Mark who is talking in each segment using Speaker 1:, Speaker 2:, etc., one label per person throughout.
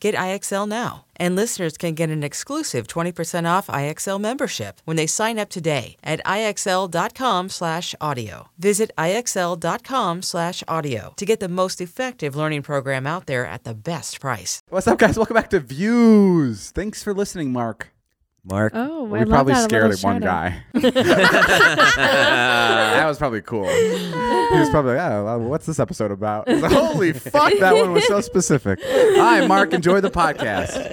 Speaker 1: Get IXL now. And listeners can get an exclusive 20% off IXL membership when they sign up today at IXL.com slash audio. Visit IXL.com slash audio to get the most effective learning program out there at the best price.
Speaker 2: What's up, guys? Welcome back to Views. Thanks for listening, Mark.
Speaker 3: Mark.
Speaker 4: Oh,
Speaker 2: we
Speaker 4: I love
Speaker 2: probably
Speaker 4: that, a
Speaker 2: scared
Speaker 4: little
Speaker 2: at one
Speaker 4: shout out.
Speaker 2: guy. that was probably cool. He was probably like, oh, well, what's this episode about? He's like, Holy fuck, that one was so specific. Hi, Mark. Enjoy the podcast.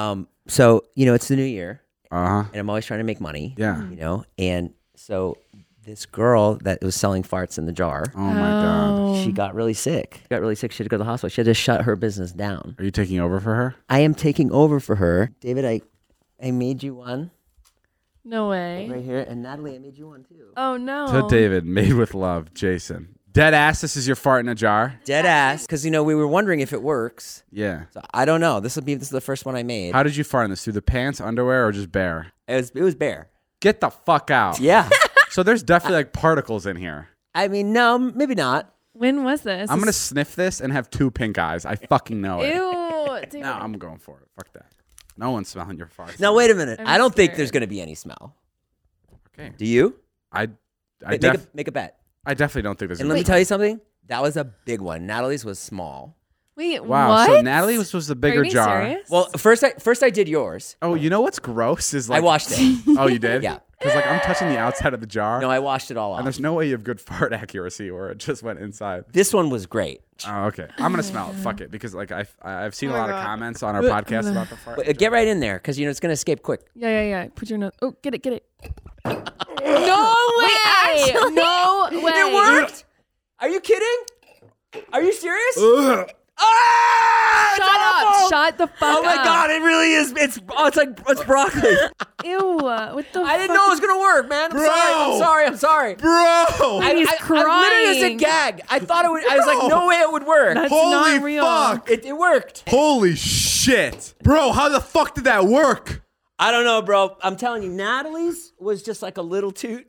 Speaker 3: Um, so you know, it's the new year,
Speaker 2: Uh huh.
Speaker 3: and I'm always trying to make money.
Speaker 2: Yeah.
Speaker 3: You know, and so this girl that was selling farts in the jar,
Speaker 2: Oh, my God.
Speaker 3: she got really sick. She got really sick. She had to go to the hospital. She had to shut her business down.
Speaker 2: Are you taking over for her?
Speaker 3: I am taking over for her, David. I, I made you one
Speaker 4: No way.
Speaker 3: right here, and Natalie, I made you one too.
Speaker 4: Oh no.
Speaker 2: To David, made with love, Jason. Dead ass, this is your fart in a jar?
Speaker 3: Dead ass, because you know we were wondering if it works.
Speaker 2: Yeah.
Speaker 3: So I don't know. This will be this is the first one I made.
Speaker 2: How did you fart in this? Through the pants, underwear, or just bare?
Speaker 3: it was it was bare.
Speaker 2: Get the fuck out.
Speaker 3: Yeah.
Speaker 2: So there's definitely like particles in here.
Speaker 3: I mean, no, maybe not.
Speaker 4: When was this?
Speaker 2: I'm gonna sniff this and have two pink eyes. I fucking know it.
Speaker 4: Ew. David.
Speaker 2: No, I'm going for it. Fuck that. No one's smelling your farts.
Speaker 3: Now wait a minute.
Speaker 4: I'm
Speaker 3: I don't think
Speaker 4: scared.
Speaker 3: there's gonna be any smell.
Speaker 2: Okay.
Speaker 3: Do you?
Speaker 2: I, I,
Speaker 3: Make-
Speaker 2: def-
Speaker 3: make, a, make a bet.
Speaker 2: I definitely don't think there's.
Speaker 3: And
Speaker 2: a
Speaker 3: let me
Speaker 2: reason.
Speaker 3: tell you something. That was a big one. Natalie's was small.
Speaker 4: Wait.
Speaker 2: Wow.
Speaker 4: What?
Speaker 2: So Natalie was was the
Speaker 4: Are you
Speaker 2: bigger
Speaker 4: being
Speaker 2: jar.
Speaker 4: serious?
Speaker 3: Well, first I first I did yours.
Speaker 2: Oh, you know what's gross is like
Speaker 3: I washed it.
Speaker 2: Oh, you did?
Speaker 3: Yeah.
Speaker 2: Because like I'm touching the outside of the jar.
Speaker 3: no, I washed it all
Speaker 2: and
Speaker 3: off.
Speaker 2: there's no way you have good fart accuracy where it just went inside.
Speaker 3: This one was great.
Speaker 2: Oh, okay. I'm gonna smell it. Fuck it, because like I I- I've seen
Speaker 4: Oh
Speaker 2: a lot of comments on our podcast about the fart.
Speaker 3: But, uh, get right in there because you know it's gonna escape quick.
Speaker 4: yeah, yeah, yeah. Put your nose. Oh, get it, get it. no way. no way.
Speaker 3: Are you kidding? Are you serious?
Speaker 2: Ugh.
Speaker 3: Ah, it's
Speaker 4: Shut up.
Speaker 3: awful!
Speaker 4: Shut the fuck up.
Speaker 3: Oh my god, it really is. It's oh, it's like it's broccoli.
Speaker 4: Ew. What the
Speaker 3: I didn't know it was gonna work, man. I'm
Speaker 2: Bro!
Speaker 3: sorry. I'm sorry. I'm sorry.
Speaker 2: Bro!
Speaker 3: I,
Speaker 4: He's
Speaker 3: I, I literally just a
Speaker 4: crying.
Speaker 3: gag. I thought it would. I was like, no way it would work.
Speaker 4: That's
Speaker 2: Holy
Speaker 4: not real.
Speaker 2: fuck!
Speaker 3: It, it worked.
Speaker 2: Holy shit! Bro, how the fuck did that work?
Speaker 3: I don't know, bro. I'm telling you, Natalie's was just like a little toot,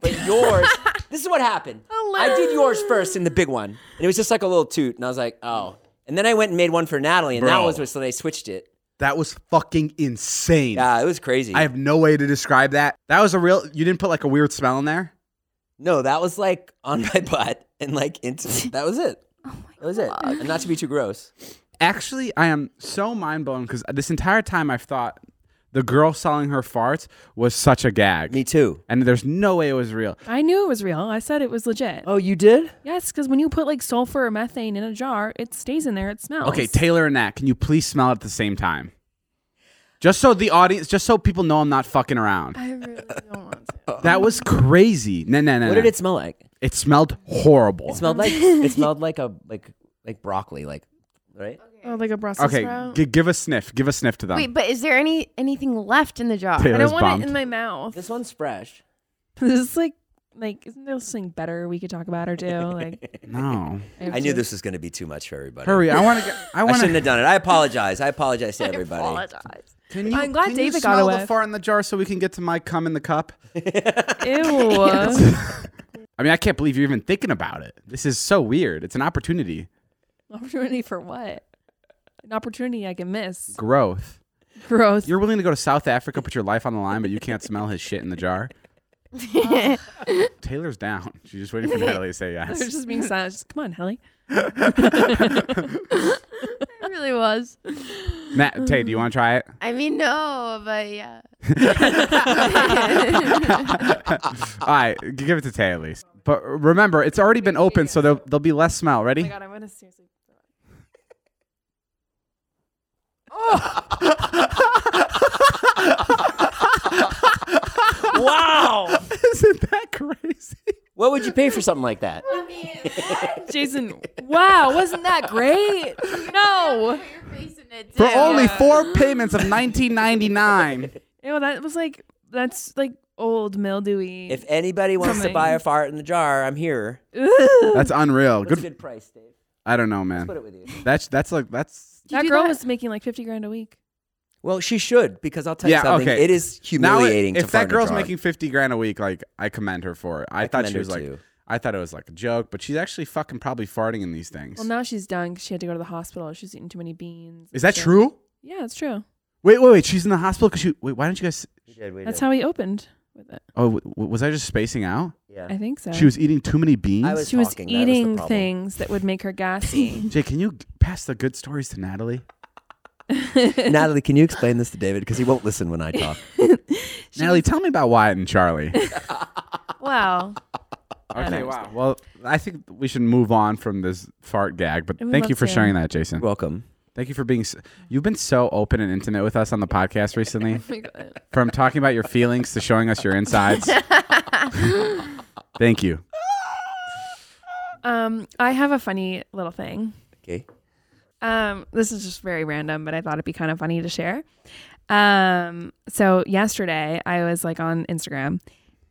Speaker 3: but yours. this is what happened. I did yours first in the big one, and it was just like a little toot, and I was like, oh. And then I went and made one for Natalie, and that
Speaker 2: Bro.
Speaker 3: was where so they switched it.
Speaker 2: That was fucking insane.
Speaker 3: Yeah, it was crazy.
Speaker 2: I have no way to describe that. That was a real. You didn't put like a weird smell in there.
Speaker 3: no, that was like on my butt and like into. That was it. that was it. And not to be too gross.
Speaker 2: Actually, I am so mind blown because this entire time I've thought the girl selling her farts was such a gag,
Speaker 3: Me too.
Speaker 2: and there's no way it was real.
Speaker 4: I knew it was real. I said it was legit.
Speaker 3: Oh, you did?
Speaker 4: Yes, because when you put like sulfur or methane in a jar, it stays in there. It smells.
Speaker 2: Okay, Taylor and Nat, can you please smell it at the same time? Just so the audience, just so people know I'm not fucking around.
Speaker 4: I really don't want to.
Speaker 2: That was crazy. No, no, no.
Speaker 3: Uh-huh.
Speaker 2: no.
Speaker 3: What did it smell like?
Speaker 2: It smelled horrible.
Speaker 3: It smelled like it smelled like a like like broccoli, like right?
Speaker 4: Oh, like a Brussels
Speaker 2: okay,
Speaker 4: sprout.
Speaker 2: g- give a sniff. Give a sniff to them.
Speaker 5: Wait, but is there any anything left in the jar?
Speaker 4: I
Speaker 2: Taylor's
Speaker 4: don't want
Speaker 2: bummed.
Speaker 4: it in my mouth.
Speaker 3: This one's fresh.
Speaker 4: This is like, like, isn't there something better we could talk about or do? Like,
Speaker 2: no.
Speaker 4: have
Speaker 3: I knew
Speaker 4: to-
Speaker 3: this was going to be too much for everybody.
Speaker 2: Hurry! I want to. I
Speaker 3: I
Speaker 2: want
Speaker 3: shouldn't
Speaker 2: to.
Speaker 3: have done it. I apologize. I apologize to everybody.
Speaker 2: Can you?
Speaker 4: I'm glad
Speaker 2: can you
Speaker 4: David got
Speaker 2: smell the
Speaker 4: away.
Speaker 2: fart in the jar so we can get to my cum in the cup.
Speaker 4: Ew.
Speaker 2: I mean, I can't believe you're even thinking about it. This is so weird. It's an opportunity.
Speaker 4: opportunity for what? An opportunity I can miss.
Speaker 2: Growth.
Speaker 4: Growth.
Speaker 2: You're willing to go to South Africa, put your life on the line, but you can't smell his shit in the jar.
Speaker 5: Oh,
Speaker 2: Taylor's down. She's just waiting for Natalie to say
Speaker 4: They're
Speaker 2: yes.
Speaker 4: Oh just being silent. Just, come on, Helly.
Speaker 5: really was.
Speaker 2: Matt, Tay, do you want to try it?
Speaker 5: I mean, no, but yeah.
Speaker 2: All right, g- give it to Tay at least. But remember, it's already been open, so there'll, there'll be less smell. Ready?
Speaker 4: God, I'm gonna seriously.
Speaker 3: wow.
Speaker 2: Isn't that crazy?
Speaker 3: What would you pay for something like that?
Speaker 4: Jason, wow, wasn't that great? No.
Speaker 2: For only four payments of 19.99.
Speaker 4: Ew, that was like that's like old mildewy.
Speaker 3: If anybody wants to buy a fart in the jar, I'm here.
Speaker 2: That's unreal.
Speaker 3: What's a
Speaker 2: Good.
Speaker 3: good price, Dave?
Speaker 2: I don't know,
Speaker 3: Put
Speaker 2: man.
Speaker 3: it with you.
Speaker 2: That's that's like that's
Speaker 4: that girl was making like fifty grand a week.
Speaker 3: Well, she should because I'll tell
Speaker 2: Yeah,
Speaker 3: you something.
Speaker 2: okay.
Speaker 3: It is
Speaker 2: now.
Speaker 3: humiliating. to
Speaker 2: if
Speaker 3: fart
Speaker 2: that
Speaker 3: in a
Speaker 2: girl's
Speaker 3: jar.
Speaker 2: making 50 grand a week, like I commend her for it. I, thought
Speaker 3: commend
Speaker 2: she
Speaker 3: her
Speaker 2: was like,
Speaker 3: too.
Speaker 2: I thought it was like a joke, but she's actually fucking probably farting in these things.
Speaker 4: Well, now she's done. 'cause she had to go to the hospital. She's eating too many beans.
Speaker 2: Is
Speaker 4: and
Speaker 2: that
Speaker 4: shit.
Speaker 2: true?
Speaker 4: Yeah, it's true.
Speaker 2: Wait, wait, wait. She's in the hospital because she. Wait, why don't you guys?
Speaker 3: We did, we
Speaker 4: That's
Speaker 3: did.
Speaker 4: how he opened with it.
Speaker 2: Oh, w- w- was I just spacing out?
Speaker 3: Yeah.
Speaker 4: I think so.
Speaker 2: She was eating too many beans.
Speaker 3: I was
Speaker 4: She was
Speaker 3: talking, that was the
Speaker 4: eating
Speaker 3: problem.
Speaker 4: things that would make her gassy.
Speaker 2: Jay, can you g- pass the good stories to Natalie?
Speaker 3: Natalie, can you explain this to David because he won't listen when I talk?
Speaker 2: Natalie, tell me about Wyatt and Charlie.
Speaker 5: Wow.
Speaker 2: okay, wow. Well, I think we should move on from this fart gag, but
Speaker 4: I would
Speaker 2: thank you
Speaker 4: love
Speaker 2: for
Speaker 4: to.
Speaker 2: sharing that, Jason.
Speaker 3: Welcome.
Speaker 2: Thank you for being. s you've been so open and intimate with us on the podcast
Speaker 4: Oh
Speaker 2: recently. From talking about your feelings to showing us your insides. Thank you.
Speaker 4: um, I have a funny little thing.
Speaker 3: Okay.
Speaker 4: Um, this is just very random, but I thought it'd be kind of funny to share. Um, so yesterday I was like on Instagram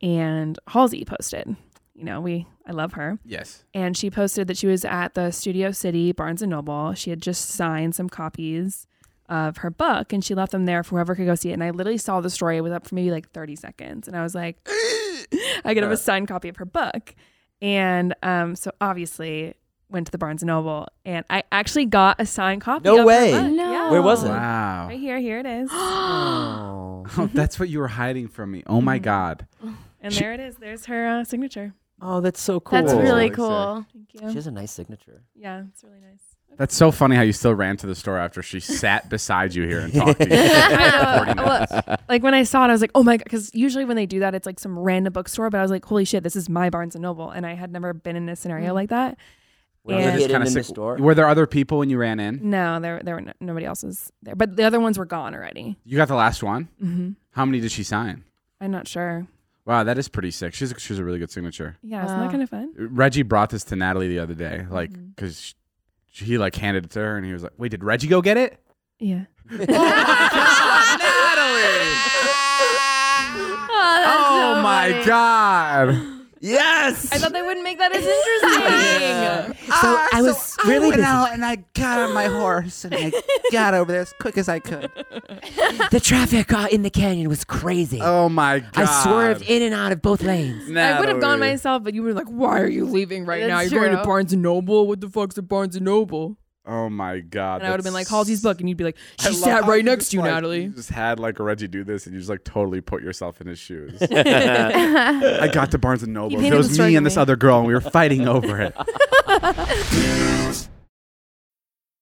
Speaker 4: and Halsey posted, you know, we I love her.
Speaker 2: Yes.
Speaker 4: And she posted that she was at the Studio City Barnes and Noble. She had just signed some copies of her book and she left them there for whoever could go see it. And I literally saw the story. It was up for maybe like 30 seconds. And I was like, I could have a signed copy of her book. And um, so obviously went to the Barnes and Noble and I actually got a signed copy.
Speaker 3: No
Speaker 4: of her
Speaker 3: way.
Speaker 4: book.
Speaker 5: No.
Speaker 4: Yeah.
Speaker 3: Where was it?
Speaker 2: Wow.
Speaker 4: Right here. Here it is.
Speaker 2: Oh, that's what you were hiding from me. Oh
Speaker 4: Mm.
Speaker 2: my God.
Speaker 4: And there it is. There's her uh, signature.
Speaker 3: Oh, that's so cool.
Speaker 5: That's
Speaker 2: Cool.
Speaker 5: really
Speaker 2: Really
Speaker 5: cool.
Speaker 4: Thank
Speaker 3: She
Speaker 4: you.
Speaker 3: has a nice signature.
Speaker 4: Yeah, it's really nice.
Speaker 2: That's so funny how you still ran to the store after she sat beside you here and talked to you.
Speaker 4: I know. Well, like when I saw it, I was like, oh my god, because usually when they do that, it's like some random bookstore. But I was like, holy shit, this is my Barnes and Noble, and I had never been in a scenario like that.
Speaker 3: Were
Speaker 4: Yeah.
Speaker 3: you
Speaker 4: Just
Speaker 3: hidden
Speaker 2: Kinda
Speaker 3: in the
Speaker 2: sick.
Speaker 3: store?
Speaker 2: Were there other people when you ran in?
Speaker 4: No, there there were no, nobody else was there, but the other ones were gone already.
Speaker 2: You got the last one. Mm-hmm. How many did she sign?
Speaker 4: I'm not sure.
Speaker 2: Wow, that is pretty sick. She's a, she's a really good signature.
Speaker 4: Yeah, isn't that
Speaker 5: Wow.
Speaker 4: kind of fun?
Speaker 2: Reggie brought this to Natalie the other day,
Speaker 4: Mm-hmm.
Speaker 2: like because he like handed it to her and he was like, "Wait, did Reggie go get it?"
Speaker 4: Yeah.
Speaker 2: oh my god!
Speaker 3: Yes. Ah,
Speaker 5: I thought they wouldn't make that as interesting.
Speaker 2: So I was really
Speaker 3: busy.
Speaker 2: and I got on my horse and I got over there as quick as I could.
Speaker 3: the traffic uh, in the canyon was crazy.
Speaker 2: Oh my god!
Speaker 3: in and out of both lanes.
Speaker 4: I would have gone
Speaker 2: Natalie.
Speaker 4: myself, but you were like, "Why are you leaving right now? You're
Speaker 5: That's
Speaker 4: going to
Speaker 5: true.
Speaker 4: Barnes and Noble. What the fuck's a Barnes and Noble?"
Speaker 2: Oh my god!
Speaker 4: And I would have been like,
Speaker 2: that's-
Speaker 4: "Halsey's book," and you'd be like,
Speaker 2: I
Speaker 4: "She
Speaker 2: love
Speaker 4: sat
Speaker 2: how
Speaker 4: right next
Speaker 2: just,
Speaker 4: to you,
Speaker 2: like,
Speaker 4: Natalie."
Speaker 2: You just had like Reggie do this, and you just like totally put yourself in his shoes.
Speaker 3: Oh,
Speaker 2: I got to Barnes and Noble.
Speaker 5: painted
Speaker 2: It
Speaker 5: the
Speaker 2: was
Speaker 5: story
Speaker 2: me
Speaker 5: to
Speaker 2: and this
Speaker 5: me.
Speaker 2: other girl, and we were fighting over it.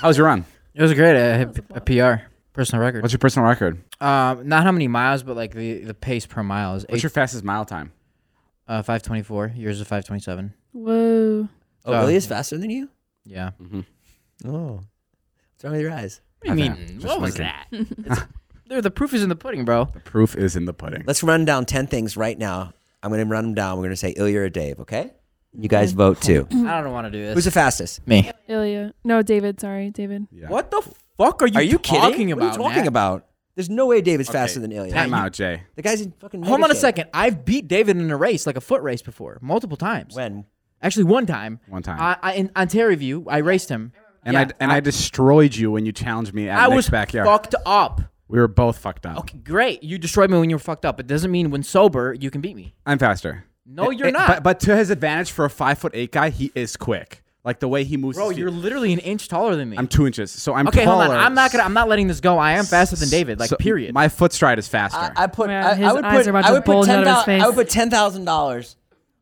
Speaker 2: How's your run?
Speaker 6: It was great. I hit a PR, personal record.
Speaker 2: What's your personal record?
Speaker 6: Um, not how many miles, but like the, the pace per mile is
Speaker 2: What's
Speaker 6: eight,
Speaker 2: your fastest mile time?
Speaker 6: uh, 524. Yours is 527.
Speaker 4: Whoa.
Speaker 3: Oh, really? It's faster than you?
Speaker 6: Yeah.
Speaker 3: Oh. What's wrong with your eyes?
Speaker 6: I mean, what was that? It's- there- the proof is in the pudding, bro.
Speaker 2: The proof is in the pudding.
Speaker 3: Let's run down 10 things right now. I'm going to run them down. We're going to say Ilya or Dave, okay? You guys vote too.
Speaker 6: I don't want to do this.
Speaker 3: Who's the fastest?
Speaker 6: me?
Speaker 4: Ilya. No, David. Sorry, David.
Speaker 2: Yeah.
Speaker 6: What the fuck are you,
Speaker 3: Are you kidding?
Speaker 6: talking
Speaker 3: What
Speaker 6: about?
Speaker 3: are you talking
Speaker 6: Nat?
Speaker 3: about? There's no way Dave's faster than Ilya.
Speaker 2: Time out, Jay.
Speaker 3: The guy's in fucking.
Speaker 6: Hold
Speaker 3: mega
Speaker 6: on a
Speaker 3: shape.
Speaker 6: second. I've beat David in a race, like a foot race before, multiple times.
Speaker 3: When?
Speaker 6: Actually, one time.
Speaker 2: One time.
Speaker 6: I, I, in, on Terry View, I raced him.
Speaker 2: And
Speaker 6: Yeah,
Speaker 2: I and I, destroyed you when you challenged me at
Speaker 6: I
Speaker 2: Nick's
Speaker 6: was
Speaker 2: backyard.
Speaker 6: fucked up.
Speaker 2: we were both fucked up.
Speaker 6: Okay, great. You destroyed me when you were fucked up. It doesn't mean when sober you can beat me.
Speaker 2: I'm faster.
Speaker 6: No,
Speaker 2: It-
Speaker 6: you're
Speaker 2: it-
Speaker 6: not.
Speaker 2: But, but to his advantage, for a five foot eight guy, he is quick. Like the way he moves.
Speaker 6: Bro,
Speaker 2: his feet.
Speaker 6: you're literally an inch taller than me.
Speaker 2: I'm two inches, so I'm
Speaker 6: okay,
Speaker 2: taller.
Speaker 6: hold on. I'm not gonna. I'm not letting this go. I am faster than David. Like,
Speaker 2: So
Speaker 6: period.
Speaker 2: My foot stride is faster.
Speaker 3: I, I put.
Speaker 4: Man,
Speaker 3: I,
Speaker 4: his
Speaker 3: I would
Speaker 4: eyes
Speaker 3: put.
Speaker 4: are about
Speaker 3: I
Speaker 4: to
Speaker 3: would put
Speaker 4: bulge out
Speaker 3: ten
Speaker 4: of his
Speaker 3: thousand.
Speaker 4: face.
Speaker 3: I would put ten thousand dollars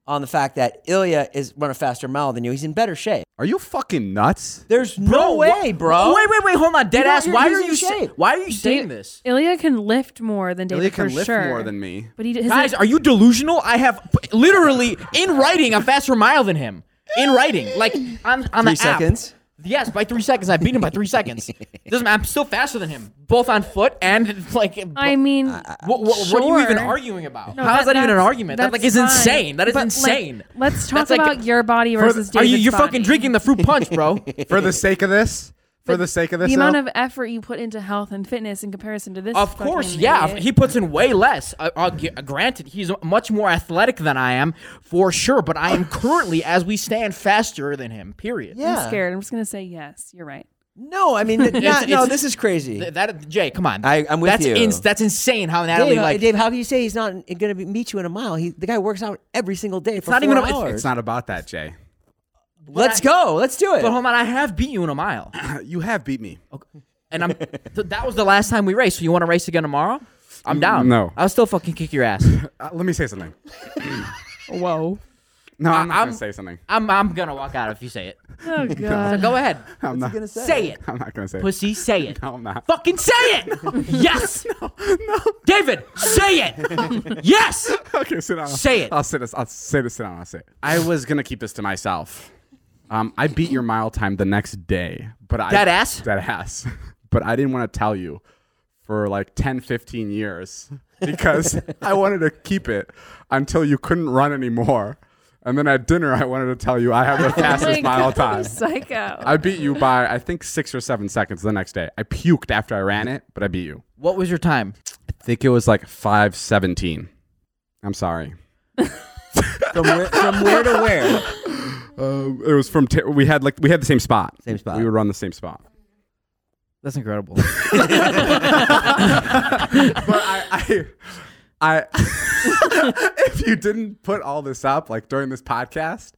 Speaker 3: on the fact that Ilya is run a faster mile than you. He's in better shape.
Speaker 2: Are you fucking nuts?
Speaker 3: There's no
Speaker 6: Bro, wha-
Speaker 3: way, bro.
Speaker 6: Wait, wait, wait. Hold on, dead
Speaker 3: You're not-
Speaker 6: ass.
Speaker 3: you're-
Speaker 6: Why
Speaker 3: he's
Speaker 6: are
Speaker 3: in
Speaker 6: you? Say,
Speaker 3: shape.
Speaker 6: why are you saying this?
Speaker 4: Ilya can lift more than David
Speaker 2: Ilya can
Speaker 4: for
Speaker 2: lift
Speaker 4: sure.
Speaker 2: more than me.
Speaker 4: But he his,
Speaker 6: Guys, are you delusional? I have p- literally in writing a faster mile than him. In writing, like I'm on the
Speaker 3: Three
Speaker 6: app.
Speaker 3: seconds.
Speaker 6: Yes, by three seconds. I beat him by three seconds. Doesn't matter. I'm still faster than him, both on foot and like.
Speaker 2: oh,
Speaker 4: I mean,
Speaker 6: what, what, what are you even
Speaker 4: sure.
Speaker 6: arguing about?
Speaker 4: No,
Speaker 6: How is that, even an
Speaker 4: that's-
Speaker 6: argument? That
Speaker 4: that's
Speaker 6: like is
Speaker 4: fine.
Speaker 6: insane. That is
Speaker 4: But, like,
Speaker 6: insane.
Speaker 4: let's talk
Speaker 6: That's like-
Speaker 4: about your body
Speaker 6: For-
Speaker 4: versus
Speaker 6: are
Speaker 4: David's
Speaker 6: you? You're fucking
Speaker 4: body.
Speaker 6: drinking the fruit punch, bro.
Speaker 2: For the sake of this, for the sake of this,
Speaker 4: The amount
Speaker 2: though?
Speaker 4: of effort you put into health and fitness in comparison to this.
Speaker 6: Of course,
Speaker 4: fucking
Speaker 6: yeah.
Speaker 4: idiot.
Speaker 6: He puts in way less. Uh, I, I'll gi- granted, he's much more athletic than I am, for sure. But I am currently, as we stand, faster than him. Period.
Speaker 3: Yeah.
Speaker 4: I'm scared. I'm just gonna say yes. You're right.
Speaker 3: No, I mean, th-
Speaker 6: It's-
Speaker 3: not- no.
Speaker 6: it's-
Speaker 3: This is crazy.
Speaker 6: Th- that Jay, come on.
Speaker 3: I- I'm with
Speaker 6: that's
Speaker 3: you.
Speaker 6: that's insane. How Natalie
Speaker 3: Dave,
Speaker 6: like.
Speaker 3: Dave, how can you say he's not going to meet you in a mile? He, the guy works out every single day for
Speaker 6: not
Speaker 3: four
Speaker 6: even a- it's-
Speaker 3: hours.
Speaker 2: it's not about that, Jay.
Speaker 3: Let's go. Let's do it.
Speaker 6: But hold on, I have beat you in a mile,
Speaker 2: You have beat me.
Speaker 6: and I'm. th- that was the last time we raced. So you want to race again tomorrow?
Speaker 3: Mm,
Speaker 6: I'm down.
Speaker 2: no.
Speaker 6: I'll still fucking kick your ass.
Speaker 2: Uh, let me say something.
Speaker 6: Whoa.
Speaker 2: No, I'm not
Speaker 6: I'm-
Speaker 2: gonna say something.
Speaker 6: I'm I'm gonna walk out if you say it.
Speaker 4: Oh god.
Speaker 6: Go ahead.
Speaker 2: I'm not gonna
Speaker 6: Say it.
Speaker 2: I'm not gonna say. it.
Speaker 6: Pussy, say it.
Speaker 2: No, I'm not.
Speaker 6: Fucking say it! Yes! No, no. David, say it! yes!
Speaker 2: Okay, sit down.
Speaker 6: Say it.
Speaker 2: I'll sit. I'll say this. Sit down. I'll say. It. I was gonna keep this to myself. Um, I beat your mile time the next day, but I
Speaker 6: Dead ass?
Speaker 2: Dead ass. But I didn't want to tell you for like 10, 15 years because I wanted to keep it until you couldn't run anymore. And then at dinner, I wanted to tell you I
Speaker 6: Oh
Speaker 2: have the fastest mile time.
Speaker 4: Psycho.
Speaker 2: I beat you by I think six or seven seconds the next day. I puked after I ran it, but I beat you.
Speaker 6: What was your time?
Speaker 2: I think it was like five seventeen. I'm sorry.
Speaker 3: From where, from where to where?
Speaker 2: Um, it was from ter- we had like we had the same spot.
Speaker 3: Same spot.
Speaker 2: We would run the same spot.
Speaker 6: That's incredible.
Speaker 2: But I, I, I if you didn't put all this up like during this podcast,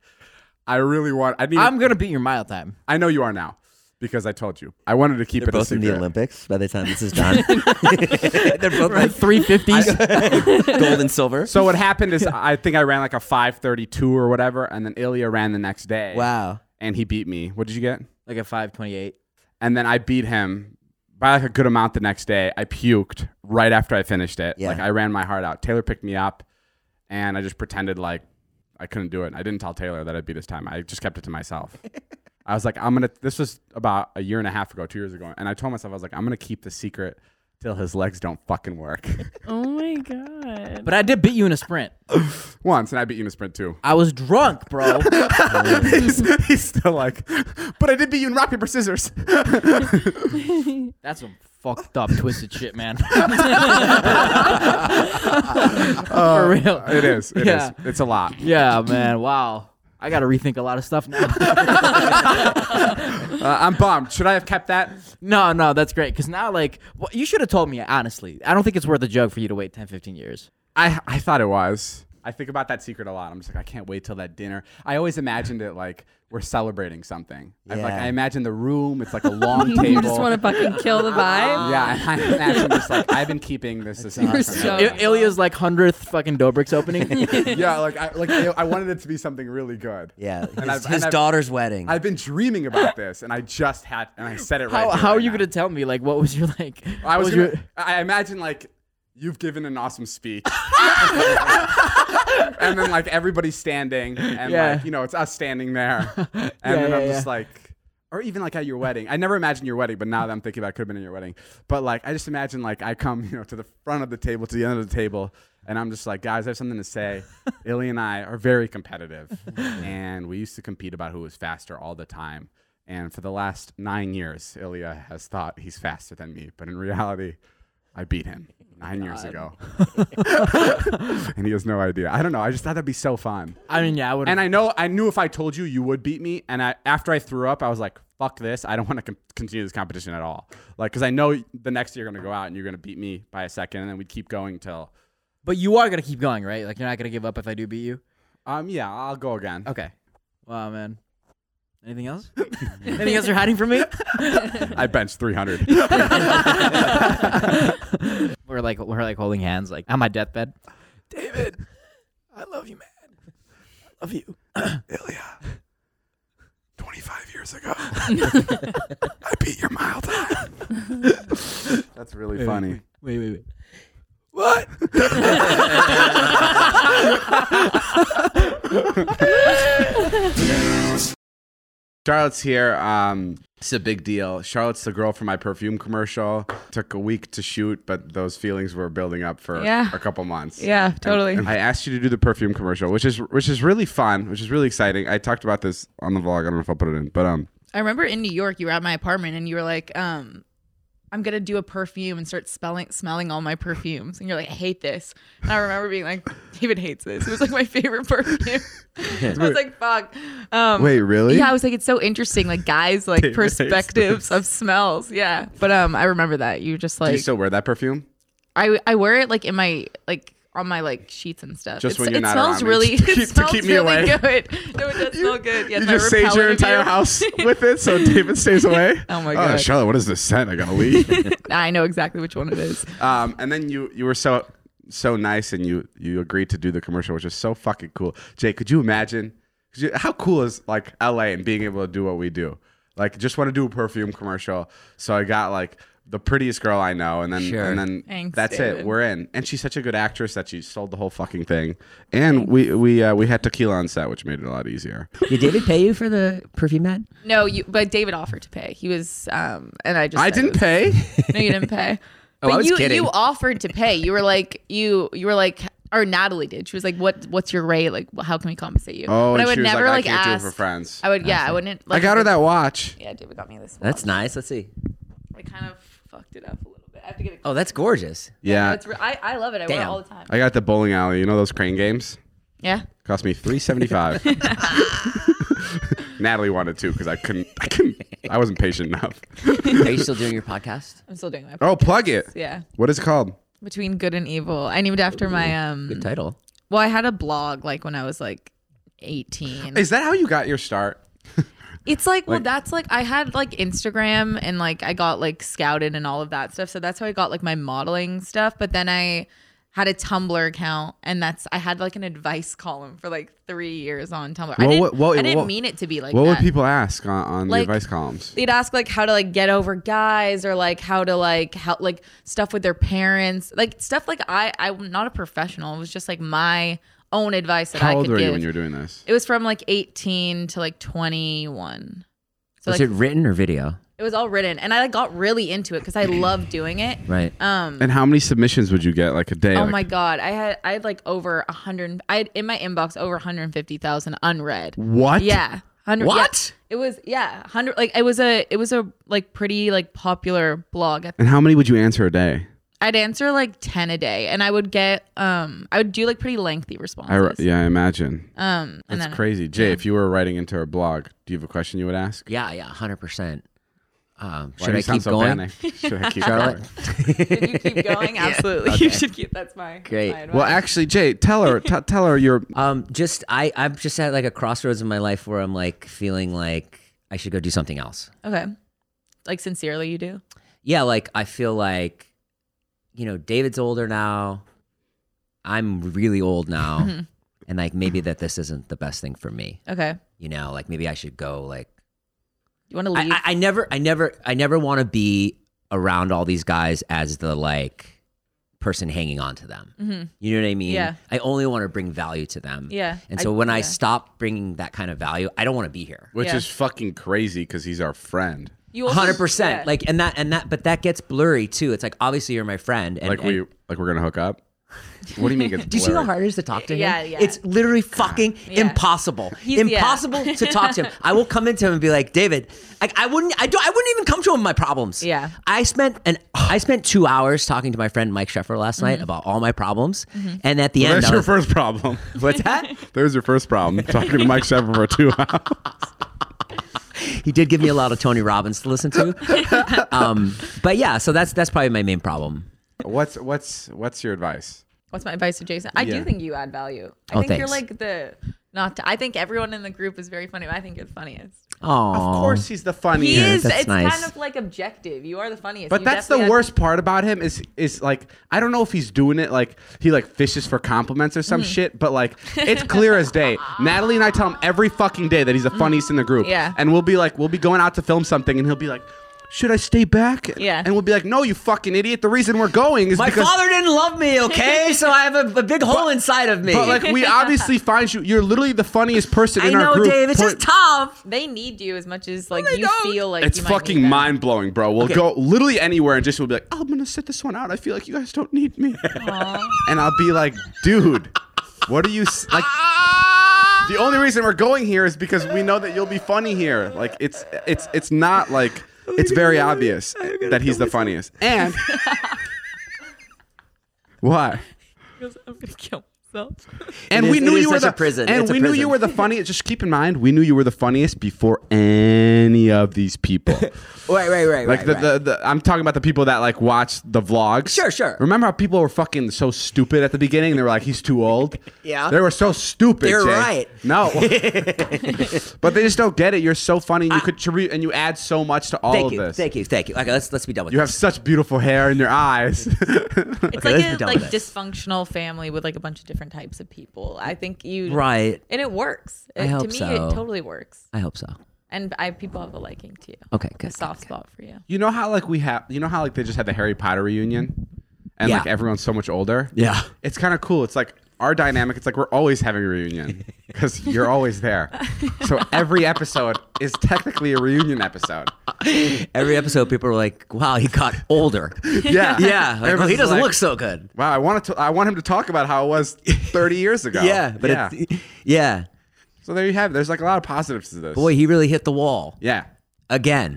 Speaker 2: I really want. I need.
Speaker 6: I'm gonna beat your mile time.
Speaker 2: I know you are now because I told you. I wanted to keep it a secret.
Speaker 3: Olympics by the time this is done. They're both like
Speaker 6: 350s.
Speaker 3: gold and silver.
Speaker 2: So what happened is I think I ran like a five thirty two or whatever, and then Ilya ran the next day.
Speaker 3: wow.
Speaker 2: And he beat me. What did you get?
Speaker 6: like a 528.
Speaker 2: and then I beat him by like a good amount the next day. I puked right after I finished it.
Speaker 3: Yeah.
Speaker 2: Like I ran my heart out. Taylor picked me up and I just pretended like I couldn't do it. I didn't tell Taylor that I beat his time. I just kept it to myself. I was like, I'm gonna this was about a year and a half ago, two years ago, and I told myself I was like, I'm gonna keep the secret till his legs don't fucking work.
Speaker 4: oh my god.
Speaker 6: But I did beat you in a sprint.
Speaker 2: Once and I beat you in a sprint too.
Speaker 6: I was drunk, bro. Oh,
Speaker 2: he's, he's still like, but I did beat you in rock, paper, scissors.
Speaker 6: That's some fucked up, twisted shit, man. For real.
Speaker 2: Uh, It is. It is.
Speaker 6: Yeah.
Speaker 2: It's a lot.
Speaker 6: Yeah, man. Wow. I gotta rethink a lot of stuff now.
Speaker 2: Uh, I'm bummed. Should I have kept that?
Speaker 6: no, no, that's great. Cause now, like, wh- you should have told me, honestly. I don't think it's worth a joke for you to wait 10, 15 years.
Speaker 2: I I thought it was. I think about that secret a lot. I'm just like, I can't wait till that dinner. I always imagined it like we're celebrating something. I'm like,
Speaker 3: Yeah.
Speaker 2: I imagine the room. It's like a long table.
Speaker 4: you just want to fucking kill the vibe.
Speaker 2: yeah, and I imagine just like I've been keeping this. this
Speaker 4: You're
Speaker 2: awesome.
Speaker 4: so-
Speaker 6: I- Ilya's like hundredth fucking Dobrik's opening.
Speaker 2: yeah, like I like I wanted it to be something really good.
Speaker 3: Yeah.
Speaker 2: And I've-
Speaker 3: His,
Speaker 2: and
Speaker 3: his
Speaker 2: I've-
Speaker 3: daughter's wedding.
Speaker 2: I've been dreaming about this, and I just had and I said it right.
Speaker 6: how
Speaker 2: here,
Speaker 6: how are
Speaker 2: right
Speaker 6: you
Speaker 2: now.
Speaker 6: gonna tell me? Like, what was your like?
Speaker 2: I was.
Speaker 6: what
Speaker 2: Gonna,
Speaker 6: your-
Speaker 2: I imagine like you've given an awesome speech, and then like everybody's standing, and
Speaker 6: Yeah.
Speaker 2: like you know it's us standing there, and then
Speaker 6: yeah,
Speaker 2: I'm just
Speaker 6: yeah.
Speaker 2: like. Or even like at your wedding. I never imagined your wedding, but now that I'm thinking about it, could have been at your wedding. But like I just imagine like I come, you know, to the front of the table, to the end of the table, and I'm just like, guys, I have something to say. Illy and I are very competitive. and we used to compete about who was faster all the time. And for the last nine years, Ilya has thought he's faster than me, but in reality, I beat him nine years ago. and he has no idea. I don't know. I just thought that'd be so fun.
Speaker 6: I mean, yeah, I would.
Speaker 2: And I know I knew if I told you, you would beat me. And I, after I threw up, I was like, fuck this. I don't want to com- continue this competition at all. Like, because I know the next year you're going to go out and you're going to beat me by a second, and then we'd keep going till,
Speaker 6: But you are gonna keep going, right? Like you're not gonna give up if I do beat you.
Speaker 2: um, yeah, I'll go again.
Speaker 6: Okay. Wow, man. Anything else? Anything else you're hiding from me?
Speaker 2: I bench 300.
Speaker 6: we're like we're like holding hands, like on my deathbed. David, I love you, man. I love you.
Speaker 2: 25 years ago, I beat your mile time. That's really funny.
Speaker 6: Wait, wait, wait.
Speaker 2: What? Charlotte's here. Um, it's a big deal. Charlotte's the girl from my perfume commercial. Took a week to shoot, but those feelings were building up for
Speaker 7: Yeah.
Speaker 2: a couple months.
Speaker 7: Yeah,
Speaker 2: And-
Speaker 7: totally.
Speaker 2: and I asked you to do the perfume commercial, which is which is really fun, which is really exciting. I talked about this on the vlog. I don't know if I'll put it in, but um,
Speaker 7: I remember in New York, you were at my apartment and you were like, um, I'm gonna do a perfume and start spelling smelling all my perfumes. And you're like, I hate this. And I remember being like, David hates this. It was like my favorite perfume. I was like, fuck. Um
Speaker 2: wait, really?
Speaker 7: Yeah, I was like, it's so interesting, like guys like
Speaker 2: David hates
Speaker 7: perspectives of smells. Yeah. But um I remember that. You just
Speaker 2: Do you
Speaker 7: like
Speaker 2: still wear that perfume?
Speaker 7: I I wear it like in my like on my like sheets and stuff.
Speaker 2: Just
Speaker 7: It's-
Speaker 2: when you're
Speaker 7: it
Speaker 2: not
Speaker 7: smells
Speaker 2: around me,
Speaker 7: really
Speaker 2: to
Speaker 7: it
Speaker 2: keep- to
Speaker 7: smells
Speaker 2: keep me
Speaker 7: really
Speaker 2: away.
Speaker 7: good. No, it does smell good. Yeah,
Speaker 2: You
Speaker 7: my
Speaker 2: just saved your
Speaker 7: repeller
Speaker 2: entire
Speaker 7: view.
Speaker 2: house with it, so David stays away.
Speaker 7: Oh my God.
Speaker 2: Charlotte, what is this scent? I gotta leave.
Speaker 7: I know exactly which one it is.
Speaker 2: um, and then you you were so so nice, and you you agreed to do the commercial, which is so fucking cool. Jay, could you imagine? Could you, how cool is like LA and being able to do what we do? Like, just want to do a perfume commercial, so I got like the prettiest girl I know, and then
Speaker 6: Sure.
Speaker 2: and then
Speaker 7: Thanks,
Speaker 2: that's it.
Speaker 7: David.
Speaker 2: We're in, and she's such a good actress that she sold the whole fucking thing. And we we uh, we had tequila on set, which made it a lot easier.
Speaker 3: Did David pay you for the perfume ad?
Speaker 7: No, you. But David offered to pay. He was, um, and I just.
Speaker 2: I
Speaker 7: said it
Speaker 2: didn't
Speaker 7: was-
Speaker 2: pay.
Speaker 7: No, you didn't pay.
Speaker 3: Oh,
Speaker 7: but
Speaker 3: I was
Speaker 7: you,
Speaker 3: kidding.
Speaker 7: you offered to pay. You were like, you, you were like, or Natalie did. She was like, what, what's your rate? Like, how can we compensate you?
Speaker 2: Oh,
Speaker 7: but
Speaker 2: and
Speaker 7: I would
Speaker 2: she was
Speaker 7: never
Speaker 2: like,
Speaker 7: like,
Speaker 2: I can't
Speaker 7: ask.
Speaker 2: do it for friends.
Speaker 7: I would, yeah, I wouldn't.
Speaker 2: I
Speaker 7: Like,
Speaker 2: got her that watch.
Speaker 7: Yeah, David got me this.
Speaker 3: That's
Speaker 7: watch.
Speaker 3: nice. Let's see.
Speaker 7: I kind of fucked it up a little bit. I have to get it.
Speaker 3: Oh, that's gorgeous.
Speaker 2: Yeah.
Speaker 7: It's re- I, I love it. I wear it
Speaker 3: Damn.
Speaker 7: all the time.
Speaker 2: I got the bowling alley. You know those crane games?
Speaker 7: Yeah.
Speaker 2: Cost me three seventy five. Natalie wanted to because I couldn't. I couldn't. I wasn't patient enough.
Speaker 3: Are you still doing your podcast?
Speaker 7: I'm still doing my.
Speaker 2: Oh, plug it.
Speaker 7: Yeah.
Speaker 2: What is it called?
Speaker 7: Between good and evil. I named it after my, um,
Speaker 3: Good title.
Speaker 7: well, I had a blog like when I was like 18.
Speaker 2: Is that how you got your start?
Speaker 7: It's like, well, that's like I had like Instagram and like I got like scouted and all of that stuff. So that's how I got like my modeling stuff. But then I had a Tumblr account and that's I had like an advice column for like three years on Tumblr. I
Speaker 2: Well,
Speaker 7: didn't,
Speaker 2: what- what-
Speaker 7: I didn't
Speaker 2: what-
Speaker 7: mean it to be like
Speaker 2: what
Speaker 7: that.
Speaker 2: would people ask on, on
Speaker 7: Like-
Speaker 2: the advice columns?
Speaker 7: They'd ask like how to like get over guys or like how to like how like stuff with their parents, like stuff like I I'm not a professional. It was just like my own advice that I
Speaker 2: How
Speaker 7: could
Speaker 2: old were
Speaker 7: give.
Speaker 2: you when you were doing this?
Speaker 7: it was from like 18 to like 21. So
Speaker 3: Was
Speaker 7: like
Speaker 3: it written or video?
Speaker 7: it was all written and i like, got really into it because i love doing it
Speaker 3: Right.
Speaker 7: um
Speaker 2: And how many submissions would you get like a day?
Speaker 7: oh
Speaker 2: Like,
Speaker 7: my god i had i had like over a 100 i had in my inbox over 150000 unread
Speaker 2: What?
Speaker 7: yeah 100 yeah.
Speaker 3: What?
Speaker 7: it was yeah 100 like it was a it was a like pretty like popular blog
Speaker 2: And how many would you answer a day?
Speaker 7: i'd answer like 10 a day and i would get um i would do like pretty lengthy responses
Speaker 2: I re- yeah, I imagine.
Speaker 7: um and
Speaker 2: That's
Speaker 7: then
Speaker 2: crazy, Jay. If you were writing into a blog, do you have a question you would ask?
Speaker 3: Yeah, yeah, hundred percent. Um,
Speaker 2: Why
Speaker 3: should
Speaker 2: do
Speaker 3: I
Speaker 2: you sound
Speaker 3: keep
Speaker 2: so
Speaker 3: going?
Speaker 2: panicked? Should I keep
Speaker 3: Charlotte?
Speaker 2: going?
Speaker 7: did you keep going absolutely you should keep that's my
Speaker 3: Great.
Speaker 7: my advice.
Speaker 2: Well, actually, Jay, tell her. T- tell her your
Speaker 3: Um, just I, I'm just at like a crossroads in my life where I'm like feeling like I should go do something else.
Speaker 7: okay like sincerely you do
Speaker 3: Yeah, like I feel like, you know, David's older now. I'm really old now, and like maybe that this isn't the best thing for me.
Speaker 7: okay
Speaker 3: You know, like maybe I should go like
Speaker 7: you want to
Speaker 3: I,
Speaker 7: leave
Speaker 3: I, I never, I never, I never want to be around all these guys as the like person hanging on to them. You know what I mean?
Speaker 7: Mm-hmm. Yeah.
Speaker 3: I only want to bring value to them.
Speaker 7: Yeah.
Speaker 3: And
Speaker 7: I-
Speaker 3: so when I
Speaker 7: yeah.
Speaker 3: stop bringing that kind of value, I don't want to be here.
Speaker 2: which
Speaker 7: Yeah.
Speaker 2: is fucking crazy because he's our friend.
Speaker 7: You also-
Speaker 3: Hundred percent.
Speaker 7: yeah.
Speaker 3: Like and that and that, but that gets blurry too. It's like obviously you're my friend. And,
Speaker 2: like
Speaker 3: and-
Speaker 2: we like we're gonna hook up. What do you mean? It's
Speaker 3: do you see how
Speaker 2: blurry?
Speaker 3: hard it is to talk to him?
Speaker 7: Yeah, yeah.
Speaker 3: It's literally fucking
Speaker 7: Yeah.
Speaker 3: impossible.
Speaker 7: He's- yeah.
Speaker 3: impossible to talk to him. I will come into him and be like, David, like I wouldn't, I do, I wouldn't even come to him with my problems.
Speaker 7: Yeah.
Speaker 3: I spent an, I spent two hours talking to my friend Mike Sheffer last
Speaker 7: Mm-hmm.
Speaker 3: night about all my problems, and at the end,
Speaker 2: That's
Speaker 3: I
Speaker 2: your
Speaker 3: was,
Speaker 2: first problem.
Speaker 3: what's that?
Speaker 2: There's your first problem. Talking to Mike Shepard for two hours.
Speaker 3: He did give me a lot of Tony Robbins to listen to. um, but yeah, so that's that's probably my main problem.
Speaker 2: What's what's what's your advice?
Speaker 7: What's my advice to Jason? I
Speaker 2: Yeah.
Speaker 7: do think you add value. I
Speaker 3: Oh,
Speaker 7: think you're
Speaker 3: thanks.
Speaker 7: like the not. To, I think everyone in the group is very funny. But I think you're the funniest.
Speaker 3: Oh,
Speaker 2: Of course, he's the funniest.
Speaker 7: He
Speaker 3: Yeah,
Speaker 7: is.
Speaker 3: that's
Speaker 7: It's
Speaker 3: nice.
Speaker 7: kind of like objective. You are the funniest.
Speaker 2: But
Speaker 7: You
Speaker 2: that's the
Speaker 7: definitely have-
Speaker 2: worst part about him is is like I don't know if he's doing it like he like fishes for compliments or
Speaker 3: Mm-hmm.
Speaker 2: some shit, but like it's clear as day. Natalie and I tell him every fucking day that he's the
Speaker 3: Mm-hmm.
Speaker 2: funniest in the group.
Speaker 7: Yeah.
Speaker 2: And we'll be like we'll be going out to film something and he'll be like, Should I stay back?
Speaker 7: Yeah.
Speaker 2: And we'll be like, No, you fucking idiot. The reason we're going is
Speaker 3: My
Speaker 2: because
Speaker 3: father didn't love me, okay? So I have a, a big hole inside of me.
Speaker 2: But like we obviously find you you're literally the funniest person
Speaker 3: I
Speaker 2: in
Speaker 3: know,
Speaker 2: our group.
Speaker 3: Dave. It's
Speaker 2: Point-
Speaker 3: just tough.
Speaker 7: They need you as much as like you feel like
Speaker 2: it's
Speaker 7: you might need
Speaker 2: fucking
Speaker 7: them.
Speaker 2: mind blowing, bro. We'll go literally anywhere and just will be like, "Oh, I'm gonna sit this one out. I feel like you guys don't need me. and I'll be like, dude, what are you s- like? The only reason we're going here is because we know that you'll be funny here. Like it's it's it's not like it's very obvious that he's the funniest. And what?
Speaker 7: I'm gonna kill myself.
Speaker 2: And
Speaker 3: It
Speaker 2: we
Speaker 3: is-
Speaker 2: knew
Speaker 3: it is
Speaker 2: you were
Speaker 3: such a
Speaker 2: the
Speaker 3: prison.
Speaker 2: And
Speaker 3: It's a
Speaker 2: we knew you
Speaker 3: prison.
Speaker 2: were the funniest. Just keep in mind, we knew you were the funniest before any of these people.
Speaker 3: Right, right, right,
Speaker 2: Like
Speaker 3: right.
Speaker 2: the,
Speaker 3: right.
Speaker 2: the, the I'm talking about the people that like watch the vlogs.
Speaker 3: Sure, sure.
Speaker 2: Remember how people were fucking so stupid at the beginning? They were like, "He's too old."
Speaker 3: Yeah.
Speaker 2: they were so stupid.
Speaker 3: They're
Speaker 2: Jay.
Speaker 3: right.
Speaker 2: No, but they just don't get it. You're so funny, and you contribute, and you add so much to all
Speaker 3: thank
Speaker 2: of
Speaker 3: you,
Speaker 2: this.
Speaker 3: thank you, thank you. Okay, let's let's be done with
Speaker 2: You have
Speaker 3: this.
Speaker 2: such beautiful hair in your eyes.
Speaker 7: It's
Speaker 3: Okay, let's be
Speaker 7: like a
Speaker 3: done
Speaker 7: like
Speaker 3: with this.
Speaker 7: dysfunctional family with like a bunch of different types of people. I think you
Speaker 3: right.
Speaker 7: and it works.
Speaker 3: I
Speaker 7: It-
Speaker 3: hope
Speaker 7: to me,
Speaker 3: so.
Speaker 7: it totally works.
Speaker 3: I hope so.
Speaker 7: And I people have a liking to you.
Speaker 3: Okay,
Speaker 7: A
Speaker 3: good.
Speaker 7: soft spot for you.
Speaker 2: you know how like we have. You know how like they just had the Harry Potter reunion, and
Speaker 3: Yeah.
Speaker 2: like everyone's so much older.
Speaker 3: Yeah.
Speaker 2: it's kind of cool. It's like our dynamic. It's like we're always having a reunion because you're always there. So every episode is technically a reunion episode.
Speaker 3: Every episode, people are like, "Wow, he got older."
Speaker 2: Yeah,
Speaker 3: yeah, like, well,
Speaker 2: Everyone's
Speaker 3: he doesn't
Speaker 2: like,
Speaker 3: look so good.
Speaker 2: Wow, I want to. I want him to talk about how it was 30 years ago.
Speaker 3: Yeah, but It's, yeah,
Speaker 2: so there you have. it. There's like a lot of positives to this.
Speaker 3: boy, he really hit the wall
Speaker 2: yeah.
Speaker 3: again.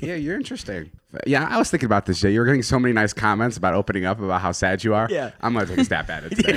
Speaker 2: Yeah, you're interesting. Yeah, I was thinking about this, Jay. You were getting so many nice comments about opening up about how sad you are.
Speaker 3: Yeah.
Speaker 2: I'm going to take a stab at it today.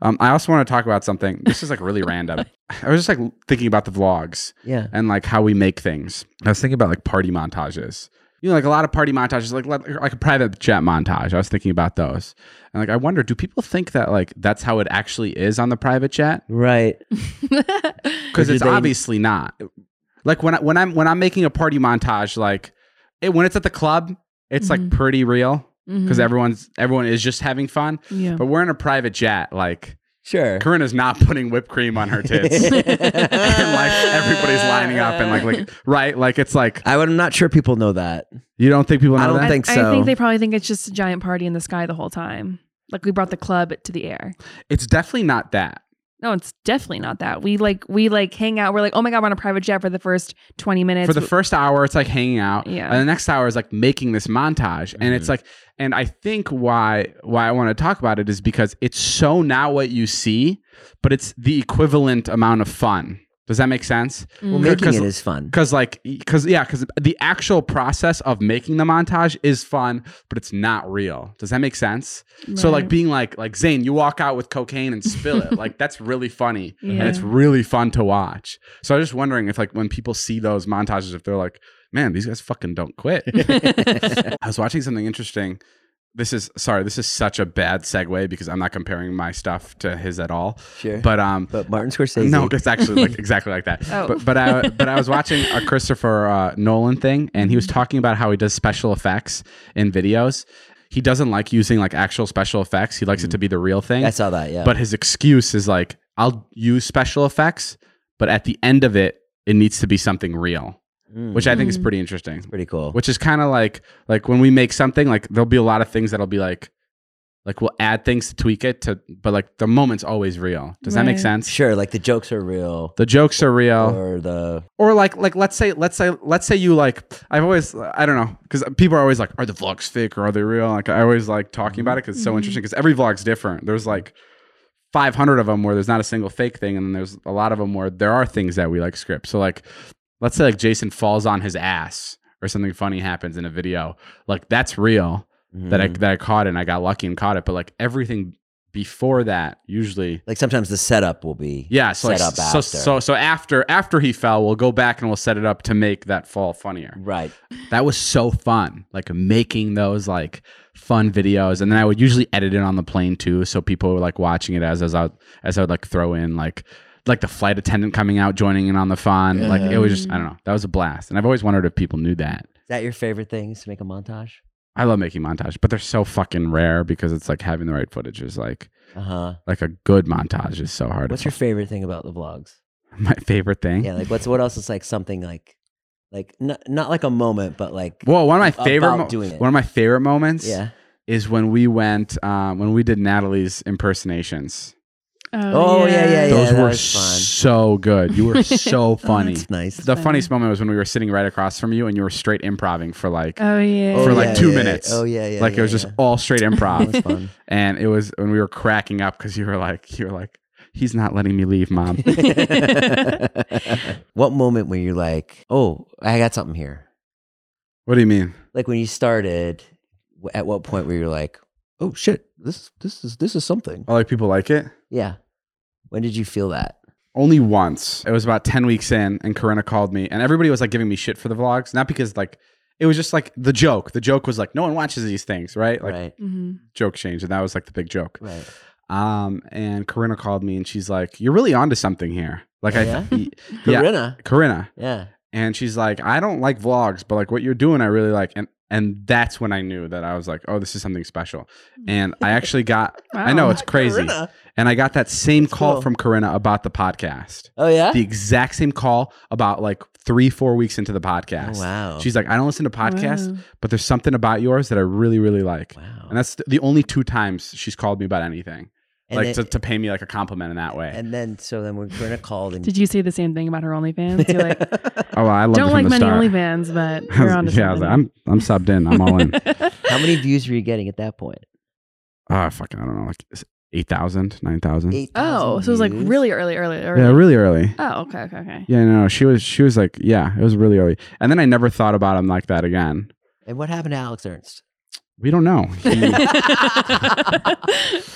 Speaker 2: Um, I also want to talk about something. This is like really random. I was just like thinking about the vlogs,
Speaker 3: Yeah.
Speaker 2: and like how we make things. I was thinking about like party montages. You know, like a lot of party montages, like like like a private jet montage. I was thinking about those, and like I wonder, do people think that like that's how it actually is on the private jet?
Speaker 3: right.
Speaker 2: Because
Speaker 3: Or do
Speaker 2: it's
Speaker 3: they-
Speaker 2: obviously not. Like when I, when I'm when I'm making a party montage, like it, when it's at the club, it's
Speaker 3: Mm-hmm.
Speaker 2: like pretty real because everyone's everyone is just having fun.
Speaker 4: Mm-hmm. Yeah.
Speaker 2: But we're in a private jet, like.
Speaker 3: Sure.
Speaker 2: Corinna's not putting whipped cream on her tits. and like everybody's lining up and like like right, like it's like
Speaker 3: I, I'm not sure people know that.
Speaker 2: you don't think people know
Speaker 3: I don't
Speaker 2: that?
Speaker 3: think
Speaker 4: I
Speaker 3: so.
Speaker 4: think they probably think it's just a giant party in the sky the whole time. Like we brought the club to the air.
Speaker 2: it's definitely not that.
Speaker 4: No, it's definitely not that. We like we like hang out. We're like, oh my god, we're on a private jet for the first twenty minutes.
Speaker 2: For the first hour, it's like hanging out.
Speaker 4: Yeah.
Speaker 2: And the next hour is like making this montage. And it's like and I think why why I want to talk about it is because it's so not what you see, but it's the equivalent amount of fun. Does that make sense?
Speaker 3: well, making
Speaker 2: 'Cause-
Speaker 3: it is fun.
Speaker 2: Mm. Cause like, cause yeah, cause the actual process of making the montage is fun, but it's not real. Does that make sense? So like
Speaker 4: Right.
Speaker 2: being like like Zayn, you walk out with cocaine and spill it. like that's really funny,
Speaker 4: Yeah.
Speaker 2: and it's really fun to watch. So I was just wondering if like when people see those montages, if they're like, man, these guys fucking don't quit. I was watching something interesting. This is sorry, this is such a bad segue because I'm not comparing my stuff to his at all.
Speaker 3: Sure.
Speaker 2: But um,
Speaker 3: But Martin Scorsese.
Speaker 2: no, it's actually like exactly like that. But but I but I was watching a Christopher uh, Nolan thing, and he was talking about how he does special effects in videos. He doesn't like using like actual special effects. He likes it to be the real thing.
Speaker 3: I saw that. Yeah.
Speaker 2: But his excuse is like, I'll use special effects, but at the end of it, it needs to be something real,
Speaker 3: Mm.
Speaker 2: which I think is pretty interesting
Speaker 3: pretty cool.
Speaker 2: which is kind of like like when we make something like there'll be a lot of things that'll be like Like we'll add things to tweak it to, but like the moment's always real. Does that make
Speaker 3: Right.
Speaker 2: sense?
Speaker 3: Sure. Like the jokes are real.
Speaker 2: The jokes are real.
Speaker 3: Or the
Speaker 2: or like like let's say let's say let's say you like I've always I don't know because people are always like are the vlogs fake or are they real like I always like talking about it because it's so
Speaker 8: Mhm.
Speaker 2: interesting because every vlog's different there's like 500 of them where there's not a single fake thing and then there's a lot of them where there are things that we like script so like let's say like Jason falls on his ass or something funny happens in a video like that's real that I
Speaker 3: Mhm.
Speaker 2: that I caught it and I got lucky and caught it but like everything before that usually
Speaker 3: like sometimes the setup will be
Speaker 2: yeah, so
Speaker 3: set
Speaker 2: like,
Speaker 3: up
Speaker 2: so,
Speaker 3: after.
Speaker 2: So so after after he fell, we'll go back and we'll set it up to make that fall funnier.
Speaker 3: Right.
Speaker 2: That was so fun. Like making those like fun videos. And then I would usually edit it on the plane too. So people were like watching it as as I as I would like throw in like like the flight attendant coming out, joining in on the fun. Like it was just I don't know. That was a blast. And I've always wondered if people knew that.
Speaker 3: Is that your favorite thing? Is to make a montage?
Speaker 2: I love making montage, but they're so fucking rare because it's like having the right footage is like
Speaker 3: Uh-huh.
Speaker 2: like a good montage is so hard.
Speaker 3: What's your favorite thing about the vlogs?
Speaker 2: my favorite thing?
Speaker 3: Yeah, like what's what else is like something like like not not like a moment, but like
Speaker 2: Well, one of my
Speaker 3: about
Speaker 2: favorite mo-
Speaker 3: doing it.
Speaker 2: one of my favorite moments
Speaker 3: Yeah.
Speaker 2: is when we went um, when we did Natalie's impersonations.
Speaker 3: Oh, Oh, yeah. yeah, yeah,
Speaker 2: Those
Speaker 3: that
Speaker 2: were
Speaker 3: was fun.
Speaker 2: so good. You were
Speaker 3: Oh,
Speaker 2: so funny.
Speaker 3: that's nice.
Speaker 2: The funniest moment was when we were sitting right across from you and you were straight improving for like
Speaker 4: Oh, yeah.
Speaker 2: for
Speaker 4: Oh,
Speaker 2: like
Speaker 4: yeah,
Speaker 2: 2
Speaker 4: yeah,
Speaker 2: minutes.
Speaker 4: yeah. Oh, yeah, yeah,
Speaker 2: Like it was
Speaker 4: yeah,
Speaker 2: just all Um, straight improv.
Speaker 4: That was fun.
Speaker 2: And it was when we were cracking up cuz you were like you were like he's not letting me leave, mom.
Speaker 3: what moment were you like, oh, I got something here?
Speaker 2: What do you mean?
Speaker 3: Like when you started, w- at what point were you like, oh shit, this this is this is something?
Speaker 2: I like people like it.
Speaker 3: Yeah. When did you feel that?
Speaker 2: Only once. It was about 10 weeks in, and Corinna called me, and everybody was like giving me shit for the vlogs. Not because, like, it was just like the joke. The joke was like, no one watches these things, right? Like,
Speaker 4: Mm-hmm.
Speaker 8: Mhm.
Speaker 2: joke change. And that was like the big joke.
Speaker 3: Right.
Speaker 2: Um, and Corinna called me, and she's like, you're really onto something here. Like, I,
Speaker 3: Yeah?
Speaker 2: y-
Speaker 3: Corinna?
Speaker 2: Corinna.
Speaker 3: Yeah.
Speaker 2: And she's like, I don't like vlogs, but like what you're doing, I really like. And and that's when I knew that I was like, oh, this is something special. And I actually got, I know
Speaker 3: Wow.
Speaker 2: it's crazy.
Speaker 3: Oh Corinna.
Speaker 2: And I got that same call
Speaker 3: cool.
Speaker 2: from Corinna about the podcast.
Speaker 3: Oh, yeah?
Speaker 2: The exact same call about like three, four weeks into the podcast.
Speaker 3: Oh, wow.
Speaker 2: She's like, I don't listen to podcasts,
Speaker 3: Wow.
Speaker 2: but there's something about yours that I really, really like. Wow. And that's the only two times she's called me about anything.
Speaker 3: And
Speaker 2: like
Speaker 3: it-
Speaker 2: to, to pay me like a compliment in that way.
Speaker 3: And then so then when Corinna called and
Speaker 4: Did you say the same thing about her OnlyFans? You're like,
Speaker 2: oh, I love it
Speaker 4: don't
Speaker 2: from
Speaker 4: like
Speaker 2: the
Speaker 4: many
Speaker 2: start.
Speaker 4: OnlyFans, but you're on to
Speaker 2: yeah, I was
Speaker 4: something.
Speaker 2: like, I'm I'm subbed in. I'm all in.
Speaker 3: how many views were you getting at that point?
Speaker 2: Oh, fucking, I don't know, like 8,000, 9,000.
Speaker 4: oh, so it was like really early, early, early.
Speaker 2: Yeah, really early.
Speaker 4: Oh, okay, okay, okay.
Speaker 2: Yeah, no, no, she was she was like, yeah, it was really early. And then I never thought about him like that again.
Speaker 3: And what happened to Alex Ernst?
Speaker 2: We don't know. He-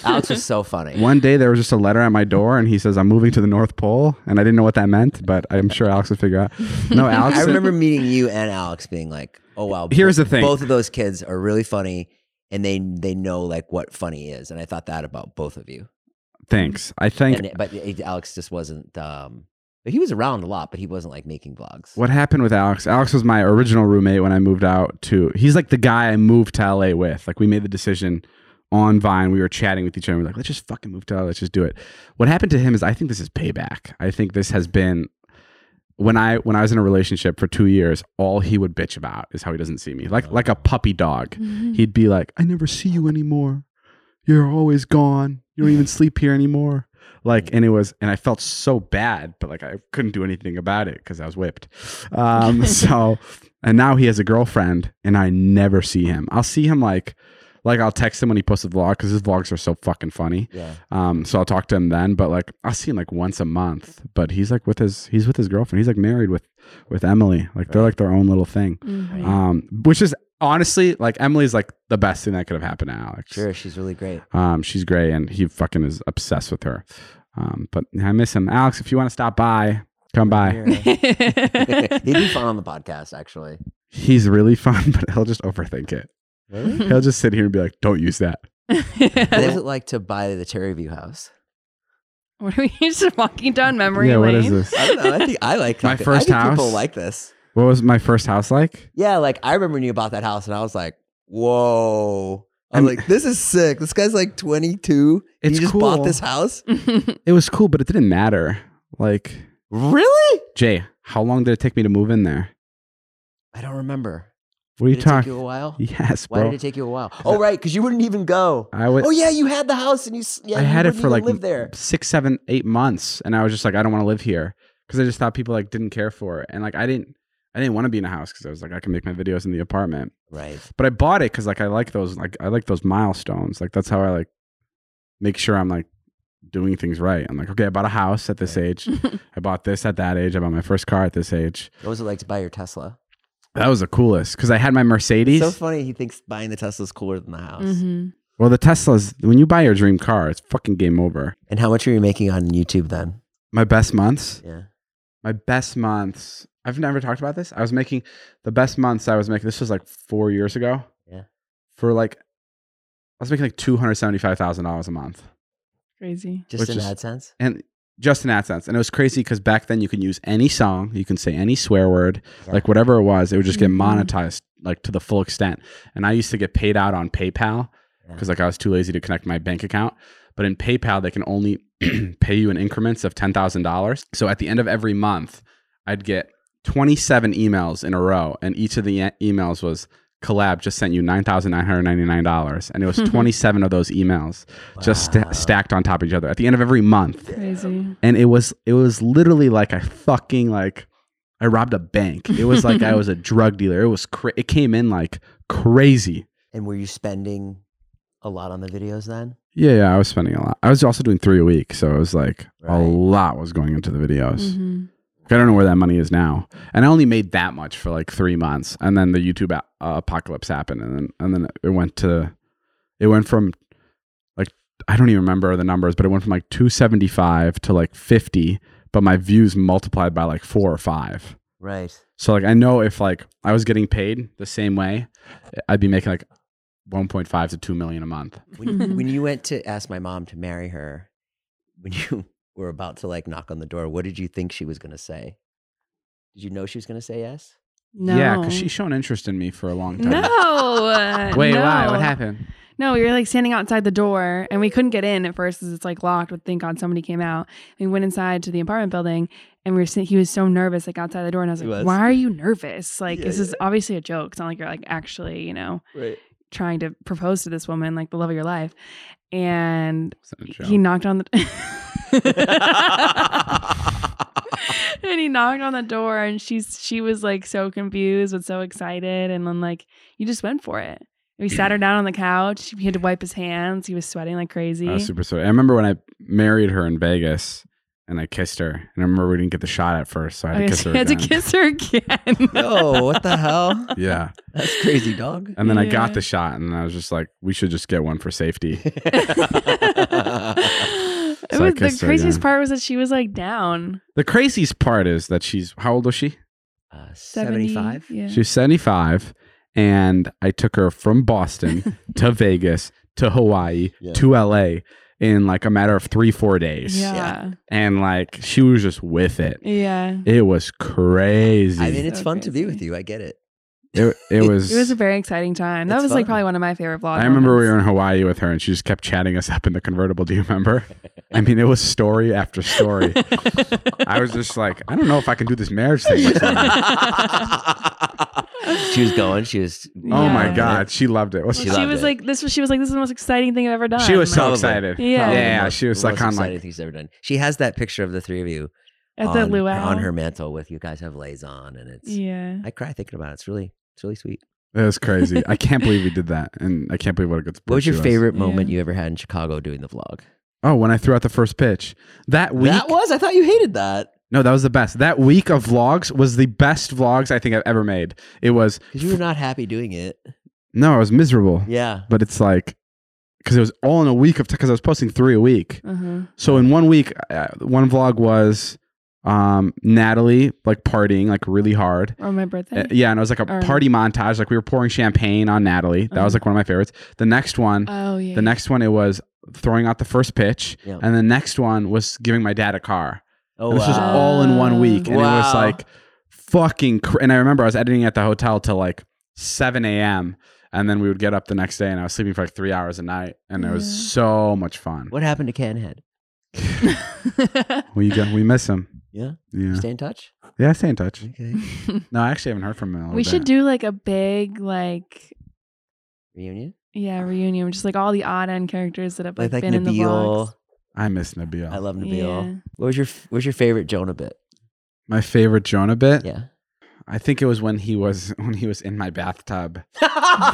Speaker 3: Alex was so funny.
Speaker 2: one day there was just a letter at my door, and he says, "I'm moving to the North Pole," and I didn't know what that meant, but I'm sure Alex would figure out. No, Alex.
Speaker 3: I remember meeting you and Alex being like, "Oh wow."
Speaker 2: Here's the thing.
Speaker 3: Both of those kids are really funny, and they they know like what funny is, and I thought that about both of you.
Speaker 2: Thanks. I think
Speaker 3: And it- but it- Alex just wasn't. um He was around a lot, but he wasn't like making vlogs.
Speaker 2: What happened with Alex? Alex was my original roommate when I moved out to. He's like the guy I moved to LA with. Like we made the decision on Vine. We were chatting with each other. We are like, let's just fucking move to LA. Let's just do it. What happened to him is I think this is payback. I think this has been when I when I was in a relationship for two years. All he would bitch about is how he doesn't see me. Like like a puppy dog.
Speaker 8: Mhm.
Speaker 2: He'd be like, I never see you anymore. You're always gone. You don't even sleep here anymore. Like, and it was, and I felt so bad, but like I couldn't do anything about it because I was whipped. Um, so, and now he has a girlfriend, and I never see him. I'll see him like, like I'll text him when he posts a vlog because his vlogs are so fucking funny.
Speaker 3: Yeah.
Speaker 2: Um. So I'll talk to him then, but like I'll see him like once a month. But he's like with his he's with his girlfriend. He's like married with with Emily. Like they're like their own little thing.
Speaker 3: Mhm.
Speaker 2: Um. Which is honestly like Emily's like the best thing that could have happened to Alex.
Speaker 3: Sure, she's really great.
Speaker 2: Um, she's great, and he fucking is obsessed with her. Um, but I miss him, Alex. If you want to stop by, come by.
Speaker 3: He'd be fun on the podcast, actually.
Speaker 2: He's really fun, but he'll just overthink it.
Speaker 3: Really?
Speaker 2: He'll just sit here and be like, "Don't use that."
Speaker 3: what was it like to buy the Terry View house?
Speaker 4: What are we just walking down memory
Speaker 2: yeah,
Speaker 4: lane?
Speaker 2: what is this?
Speaker 3: I don't know. I think I like
Speaker 2: my
Speaker 3: that.
Speaker 2: first
Speaker 3: I think
Speaker 2: house.
Speaker 3: People like this.
Speaker 2: What was my first house like?
Speaker 3: Yeah, like I remember when you bought that house, and I was like, "Whoa!" I'm like, "This is sick. This guy's like 22. and
Speaker 2: It's
Speaker 3: he just bought
Speaker 2: cool.
Speaker 3: this house."
Speaker 2: It was cool, but it didn't matter. Like,
Speaker 3: really,
Speaker 2: Jay, how long did it take me to move in there?
Speaker 3: I don't remember.
Speaker 2: What are you
Speaker 3: Did it take
Speaker 2: talking?
Speaker 3: you a while?
Speaker 2: Yes,
Speaker 3: Why
Speaker 2: bro.
Speaker 3: did it take you a while? Oh, right, because you wouldn't even go.
Speaker 2: I would.
Speaker 3: oh yeah, you had the house and you. s- Yeah,
Speaker 2: I
Speaker 3: you
Speaker 2: had it
Speaker 3: wouldn't
Speaker 2: for
Speaker 3: even
Speaker 2: like
Speaker 3: live there.
Speaker 2: six, seven, eight months, and I was just like, I don't want to live here because I just thought people like didn't care for it, and like I didn't, I didn't want to be in a house because I was like, I can make my videos in the apartment,
Speaker 3: right?
Speaker 2: But I bought it because like I like those, like I like those milestones, like that's how I like make sure I'm like doing things right. I'm like, okay, I bought a house at this age, I bought this at that age, I bought my first car at this age.
Speaker 3: What was it like to buy your Tesla?
Speaker 2: That was the coolest because I had my
Speaker 3: It's
Speaker 2: Mercedes.
Speaker 3: so funny. He thinks buying the Tesla is cooler than the house.
Speaker 4: Mm-hmm.
Speaker 2: well, the Tesla's when you buy your dream car, it's fucking game over.
Speaker 3: And how much are you making on YouTube then?
Speaker 2: My best months.
Speaker 3: Yeah.
Speaker 2: my best months. I've never talked about this. I was making the best months I was making. This was like four years ago.
Speaker 3: Yeah.
Speaker 2: For like, I was making like two hundred seventy-five thousand dollars a month.
Speaker 4: Crazy.
Speaker 3: Just
Speaker 2: which
Speaker 3: in
Speaker 2: is-
Speaker 3: AdSense?
Speaker 2: And just in AdSense, and it was crazy because back then you can use any song, you can say any swear word, like whatever it was, it would just get
Speaker 3: Mhm.
Speaker 2: monetized like to the full extent. And I used to get paid out on PayPal because like I was too lazy to connect my bank account. But in PayPal, they can only pay you in increments of ten thousand dollars. So at the end of every month, I'd get twenty-seven emails in a row, and each of the e- emails was collab just sent you nine thousand nine hundred ninety-nine dollars, and it was twenty-seven of those emails just sta- stacked on top of each other at the end of every month
Speaker 4: Crazy.
Speaker 2: and it was it was literally like I fucking like I robbed a bank. It was like I was a drug dealer. It was cra- it came in like crazy.
Speaker 3: And were you spending a lot on the videos then?
Speaker 2: Yeah, yeah, I was spending a lot. I was also doing three a week, so it was like a lot was going into the videos.
Speaker 4: Mhm.
Speaker 2: Like, I don't know where that money is now, and I only made that much for like three months, and then the YouTube a- uh, apocalypse happened, and then and then it went to it went from like I don't even remember the numbers, but it went from like two seventy five to like fifty, but my views multiplied by like four or five.
Speaker 3: Right.
Speaker 2: So like I know if like I was getting paid the same way, I'd be making like 1.5 to 2 million a month.
Speaker 3: When, when you went to ask my mom to marry her, when you were about to like knock on the door, what did you think she was going to say? Did you know she was going to say yes?
Speaker 4: No.
Speaker 2: Yeah, cuz she's shown interest in me for a long time.
Speaker 4: No. uh,
Speaker 2: Wait, why?
Speaker 4: no.
Speaker 2: What happened?
Speaker 4: No, we were like standing outside the door and we couldn't get in at first because it's like locked. But thank God somebody came out. We went inside to the apartment building and we were sitting, he was so nervous like outside the door. And I was
Speaker 9: He
Speaker 4: like,
Speaker 9: was.
Speaker 4: why are you nervous? Like,
Speaker 9: Yeah,
Speaker 4: this is
Speaker 9: yeah.
Speaker 4: obviously a joke. It's not like you're like actually, you know,
Speaker 9: Right.
Speaker 4: trying to propose to this woman, like the love of your life. And
Speaker 2: a
Speaker 4: he
Speaker 2: joke.
Speaker 4: knocked on
Speaker 3: Oh,
Speaker 4: the. and he knocked on the door and she's she was like so confused but so excited and then like you just went for it we sat her down on the couch he had to wipe his hands he was sweating like crazy
Speaker 2: I was super sorry. I remember when I married her in Vegas and I kissed her. And I remember we didn't get the shot at first, so I had
Speaker 4: I
Speaker 2: to kiss her
Speaker 4: guess he had to
Speaker 2: again.
Speaker 4: kiss her again
Speaker 3: Yo, what the hell?
Speaker 2: yeah.
Speaker 3: That's crazy, dog.
Speaker 2: And then I got
Speaker 4: Yeah.
Speaker 2: the shot and I was just like, we should just get one for safety.
Speaker 4: it
Speaker 2: So I
Speaker 4: was the
Speaker 2: kissed her
Speaker 4: craziest
Speaker 2: again.
Speaker 4: part was that she was like down
Speaker 2: The craziest part is that she's how old was she?
Speaker 3: Uh,
Speaker 4: 70, 75 yeah
Speaker 2: She was 75, and I took her from Boston to Vegas to Hawaii to LA in like a matter of three, four days.
Speaker 4: Yeah. Yeah.
Speaker 2: And like she was just with it.
Speaker 4: yeah
Speaker 2: It was crazy.
Speaker 3: I mean, it's fun to be with you. I get it.
Speaker 2: it, it was.
Speaker 4: it was a very exciting time that
Speaker 3: It's
Speaker 4: was like
Speaker 3: fun.
Speaker 4: probably one of my favorite vlogs
Speaker 2: I remember we were in Hawaii with her and she just kept chatting us up in the convertible. Do you remember? I mean, it was story after story. I was just like, I don't know if I can do this marriage thing. much longer.
Speaker 3: She was going. She was.
Speaker 2: Oh my
Speaker 4: Yeah.
Speaker 2: God. She loved it. Well,
Speaker 4: she, was like this was she was like this is the most exciting thing i've ever done
Speaker 2: She was so
Speaker 4: Like,
Speaker 2: excited.
Speaker 4: yeah
Speaker 2: Yeah, yeah, she was, like,
Speaker 3: on
Speaker 2: kinda like-
Speaker 3: exciting things she's ever done. She has that picture of the three of you
Speaker 4: At the
Speaker 3: on-
Speaker 4: luau.
Speaker 3: on her mantle with you guys have lays on, and it's
Speaker 4: Yeah.
Speaker 3: I cry thinking about it. It's really it's really sweet.
Speaker 2: It was crazy. I can't believe we did that, and I can't believe what a good.
Speaker 3: What was
Speaker 2: sport
Speaker 3: your
Speaker 2: she
Speaker 3: favorite moment you ever had in Chicago doing the vlog?
Speaker 2: Oh, when I threw out the first pitch that week.
Speaker 3: That was. I thought you hated that.
Speaker 2: no, that was the best. That week of vlogs was the best vlogs I think I've ever made. It was
Speaker 3: Because you were not happy doing it.
Speaker 2: no, I was miserable.
Speaker 3: Yeah.
Speaker 2: but it's like because it was all in a week of because I was posting three a week.
Speaker 4: Mhm.
Speaker 3: Uh-huh.
Speaker 2: So in one week, uh, one vlog was um Natalie like partying like really hard.
Speaker 4: on my birthday
Speaker 2: Uh, yeah, and it was like a
Speaker 4: Or-
Speaker 2: party montage. Like we were pouring champagne on Natalie. That
Speaker 3: Uh-huh.
Speaker 2: was like one of my favorites. The next one,
Speaker 4: Oh, yeah, yeah.
Speaker 2: the next one, it was throwing out the first pitch,
Speaker 3: Yeah.
Speaker 2: and the next one was giving my dad a car.
Speaker 3: Oh,
Speaker 2: And this was
Speaker 3: wow.
Speaker 2: all in one week, and it was
Speaker 3: Wow.
Speaker 2: like fucking. Cr- and I remember I was editing at the hotel till like seven a.m. And then we would get up the next day, and I was sleeping for like three hours a night, and it
Speaker 3: Yeah.
Speaker 2: was so much fun.
Speaker 3: What happened to Canhead?
Speaker 2: We go, we miss him.
Speaker 3: Yeah.
Speaker 2: Yeah.
Speaker 3: Stay in touch.
Speaker 2: Yeah, I stay in touch. no, I actually haven't heard from him. in a little
Speaker 4: we should
Speaker 2: bit.
Speaker 4: do like a big like
Speaker 10: Reunion?
Speaker 4: yeah reunion, just like all the odd end characters that have like,
Speaker 10: Like, like
Speaker 4: been in the vlogs.
Speaker 10: Nabil.
Speaker 2: I miss Nabil.
Speaker 10: I love Nabil.
Speaker 4: Yeah.
Speaker 10: What was your What was your favorite Jonah bit?
Speaker 2: My favorite Jonah bit.
Speaker 10: Yeah.
Speaker 2: I think it was when he was when he was in my bathtub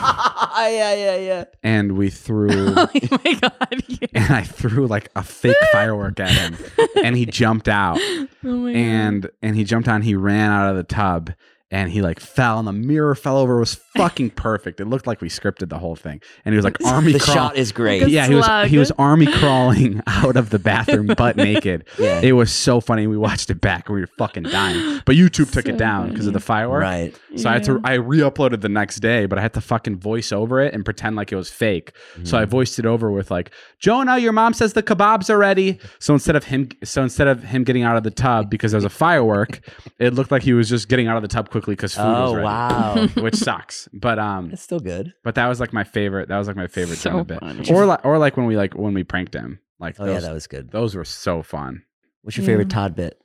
Speaker 3: yeah, yeah, yeah.
Speaker 2: and we threw
Speaker 7: my god.
Speaker 2: and I threw like a fake firework at him and he jumped out.
Speaker 4: Oh my God.
Speaker 2: and and he jumped on. He ran out of the tub and he like fell, and the mirror fell over. It was fucking perfect. It looked like we scripted the whole thing. And he was like army.
Speaker 10: The
Speaker 2: crawl-
Speaker 10: shot is great. Like a
Speaker 2: yeah, he was
Speaker 10: slug.
Speaker 2: he was army crawling out of the bathroom butt naked.
Speaker 10: Yeah.
Speaker 2: it was so funny. We watched it back. and We were fucking dying. But YouTube took
Speaker 10: So
Speaker 2: it down because of the firework.
Speaker 10: Right.
Speaker 2: So I had to I re-uploaded the next day, but I had to fucking voice over it and pretend like it was fake. So
Speaker 10: Mm.
Speaker 2: I voiced it over with like, Jonah, your mom says the kebabs are ready. So instead of him so instead of him getting out of the tub because there was a firework, it looked like he was just getting out of the tub quickly because food was
Speaker 10: Oh,
Speaker 2: ready.
Speaker 10: wow.
Speaker 2: Which sucks. But um
Speaker 10: It's still good.
Speaker 2: but that was like my favorite. That was like my favorite
Speaker 10: So
Speaker 2: Jonah bit.
Speaker 10: funny.
Speaker 2: Or like or like when we like when we pranked him. Like
Speaker 10: Oh, yeah, that was good.
Speaker 2: Those were so fun.
Speaker 10: What's your favorite Todd bit?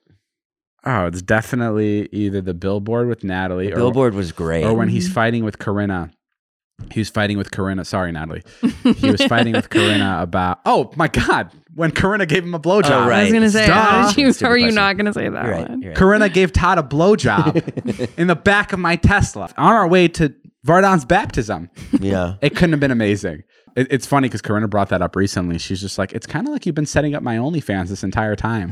Speaker 2: Oh, it's definitely either the billboard with Natalie.
Speaker 10: The billboard was great.
Speaker 2: Or when he's
Speaker 10: Mhm.
Speaker 2: fighting with Corinna. He was fighting with Corinna. Sorry, Natalie. He was fighting with Corinna about. Oh my God! When Corinna gave him a blowjob.
Speaker 10: Oh, right.
Speaker 4: I was gonna say,
Speaker 2: Duh.
Speaker 4: how, did you, how are you not gonna say that
Speaker 10: You're right,
Speaker 4: one?
Speaker 10: you're right.
Speaker 2: Corinna gave Todd a blowjob in the back of my Tesla on our way to Vardon's baptism.
Speaker 10: Yeah.
Speaker 2: It couldn't have been amazing. It, it's funny because Corinna brought that up recently. She's just like, it's kind of like you've been setting up my OnlyFans this entire time.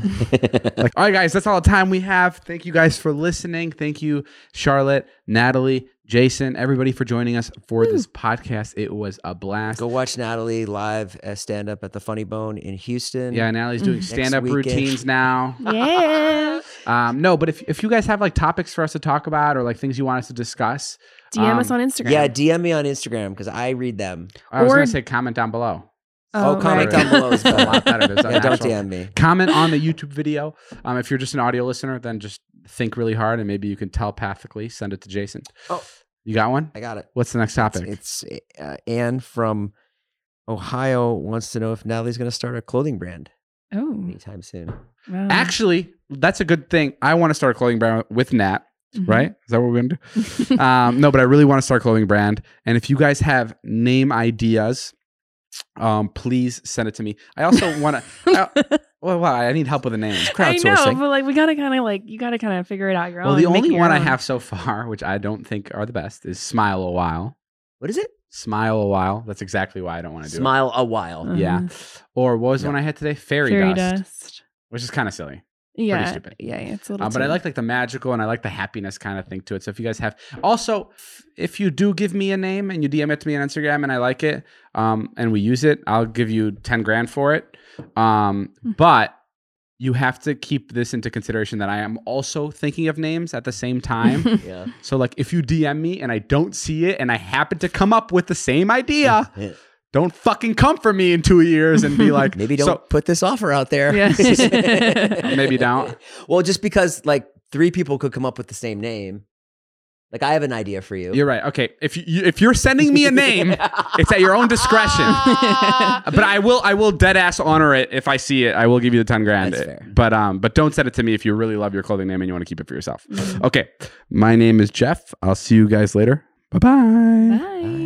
Speaker 2: like, all right, guys, that's all the time we have. Thank you guys for listening. Thank you, Charlotte, Natalie, Jason, everybody for joining us for this podcast. It was a blast.
Speaker 10: Go watch Natalie live uh, stand up at the Funny Bone in Houston.
Speaker 2: Yeah, Natalie's doing
Speaker 10: Next
Speaker 4: Mm-hmm.
Speaker 2: stand up
Speaker 10: weekend.
Speaker 2: routines now.
Speaker 4: Yeah.
Speaker 2: Um, no, but if, if you guys have like topics for us to talk about or like things you want us to discuss,
Speaker 4: DM us
Speaker 2: um,
Speaker 4: on Instagram.
Speaker 10: Yeah, DM me on Instagram because I read them.
Speaker 2: I was
Speaker 4: or-
Speaker 2: going to say comment down below.
Speaker 10: Oh, comment down
Speaker 2: right.
Speaker 10: below is
Speaker 2: A lot better.
Speaker 10: better.
Speaker 2: There's an
Speaker 10: yeah, don't
Speaker 2: actual-
Speaker 10: DM me.
Speaker 2: comment on the YouTube video. Um, if you're just an audio listener, then just think really hard and maybe you can telepathically send it to Jason.
Speaker 10: Oh.
Speaker 2: You got one?
Speaker 10: I got it.
Speaker 2: What's the next topic?
Speaker 10: It's, it's uh, Anne from Ohio wants to know if Natalie's going to start a clothing brand
Speaker 4: Oh,
Speaker 10: anytime soon.
Speaker 4: wow.
Speaker 2: Actually, that's a good thing. I want to start a clothing brand with Nat.
Speaker 4: Mhm.
Speaker 2: Right? Is that what we're gonna do? um, no, but I really want to start a clothing brand. And if you guys have name ideas, um, please send it to me. I also want to. Well, wow, I need help with the names.
Speaker 4: I
Speaker 2: Crowdsourcing.
Speaker 4: know, but like we gotta kind of like you gotta kind of figure it out your
Speaker 2: well,
Speaker 4: own.
Speaker 2: the
Speaker 4: make
Speaker 2: only
Speaker 4: your
Speaker 2: one I
Speaker 4: own.
Speaker 2: have so far, which I don't think are the best, is Smile a While.
Speaker 10: What is it?
Speaker 2: Smile a while. That's exactly why I don't want to do
Speaker 10: Smile a while.
Speaker 2: it.
Speaker 4: Mm-hmm.
Speaker 2: Yeah. Or what was the one I had today? Fairy,
Speaker 4: fairy
Speaker 2: dust,
Speaker 4: dust.
Speaker 2: which is kind of silly.
Speaker 4: Yeah,
Speaker 2: stupid.
Speaker 4: yeah, yeah, it's a little.
Speaker 2: Uh, but I
Speaker 4: too-
Speaker 2: like like the magical and I like the happiness kind of thing to it. So if you guys have, also f- if you do give me a name and you DM it to me on Instagram and I like it, um, and we use it, I'll give you ten grand for it. Um,
Speaker 4: Hmm.
Speaker 2: but you have to keep this into consideration that I am also thinking of names at the same time.
Speaker 10: Yeah.
Speaker 2: So like if you DM me and I don't see it and I happen to come up with the same idea, don't fucking come for me in two years and be like
Speaker 10: Maybe don't put this offer out there.
Speaker 4: Yeah.
Speaker 2: Maybe don't.
Speaker 10: Well, just because like three people could come up with the same name. Like I have an idea for you.
Speaker 2: You're right. Okay, if you, you if you're sending me a name, it's at your own discretion. but I will I will dead ass honor it if I see it. I will give you the ten grand.
Speaker 10: That's fair.
Speaker 2: But um, but don't send it to me if you really love your clothing name and you want to keep
Speaker 10: Mm.
Speaker 2: it for yourself. Okay, my name is Jeff. I'll see you guys later. Bye bye.
Speaker 4: Bye.